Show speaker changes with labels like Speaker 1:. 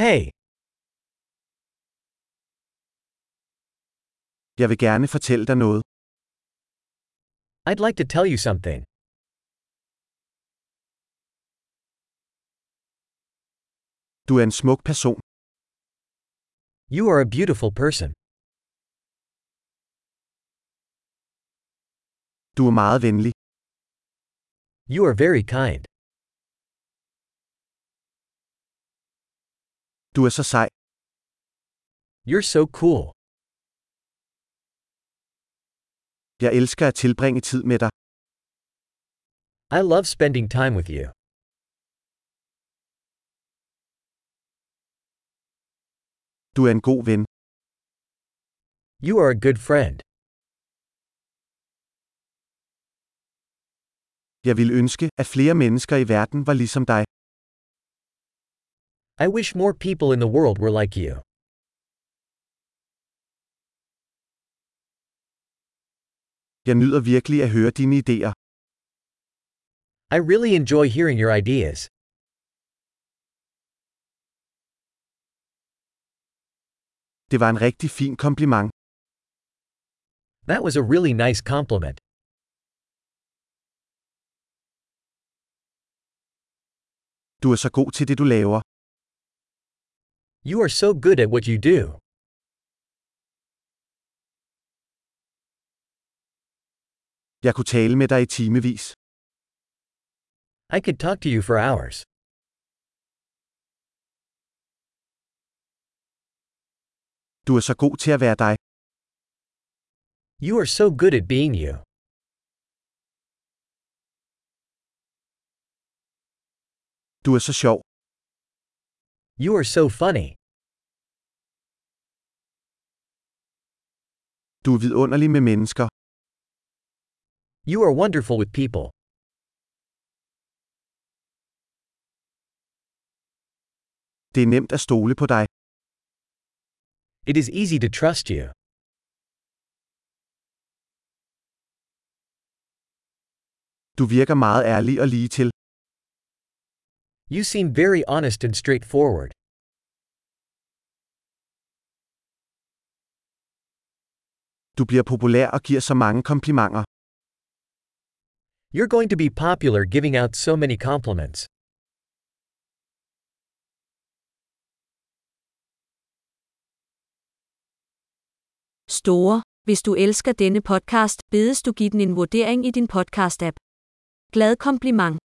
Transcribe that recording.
Speaker 1: Hey,
Speaker 2: Jeg vil gerne fortælle dig noget.
Speaker 1: I'd like to tell you something.
Speaker 2: Du er en smuk person.
Speaker 1: You are a beautiful person.
Speaker 2: Du er meget venlig.
Speaker 1: You are very kind.
Speaker 2: Du er så sej.
Speaker 1: You're so cool.
Speaker 2: Jeg elsker at tilbringe tid med dig.
Speaker 1: I love spending time with you.
Speaker 2: Du er en god ven.
Speaker 1: You are a good friend.
Speaker 2: Jeg vil ønske, at flere mennesker i verden var ligesom dig.
Speaker 1: I wish more people in the world were like you.
Speaker 2: Jeg nyder virkelig at høre dine idéer.
Speaker 1: I really enjoy hearing your ideas.
Speaker 2: Det var en rigtig fin kompliment.
Speaker 1: That was a really nice compliment.
Speaker 2: Du er så god til det, du laver.
Speaker 1: You are so good at what you do.
Speaker 2: Jeg kunne tale med dig i timevis.
Speaker 1: I could talk to you for hours.
Speaker 2: Du er så god til at være dig.
Speaker 1: You are so good at being you.
Speaker 2: Du er så sjov.
Speaker 1: You are so funny.
Speaker 2: Du er vidunderlig med mennesker.
Speaker 1: You are wonderful with people.
Speaker 2: Det er nemt at stole på dig.
Speaker 1: It is easy to trust you.
Speaker 2: Du virker meget ærlig og lige til.
Speaker 1: You seem very honest and straightforward.
Speaker 2: Du bliver populær og giver så mange komplimenter.
Speaker 1: You're going to be popular giving out so many compliments.
Speaker 3: Store. Hvis du elsker denne podcast, bedes du give den en vurdering i din podcast-app. Glad kompliment.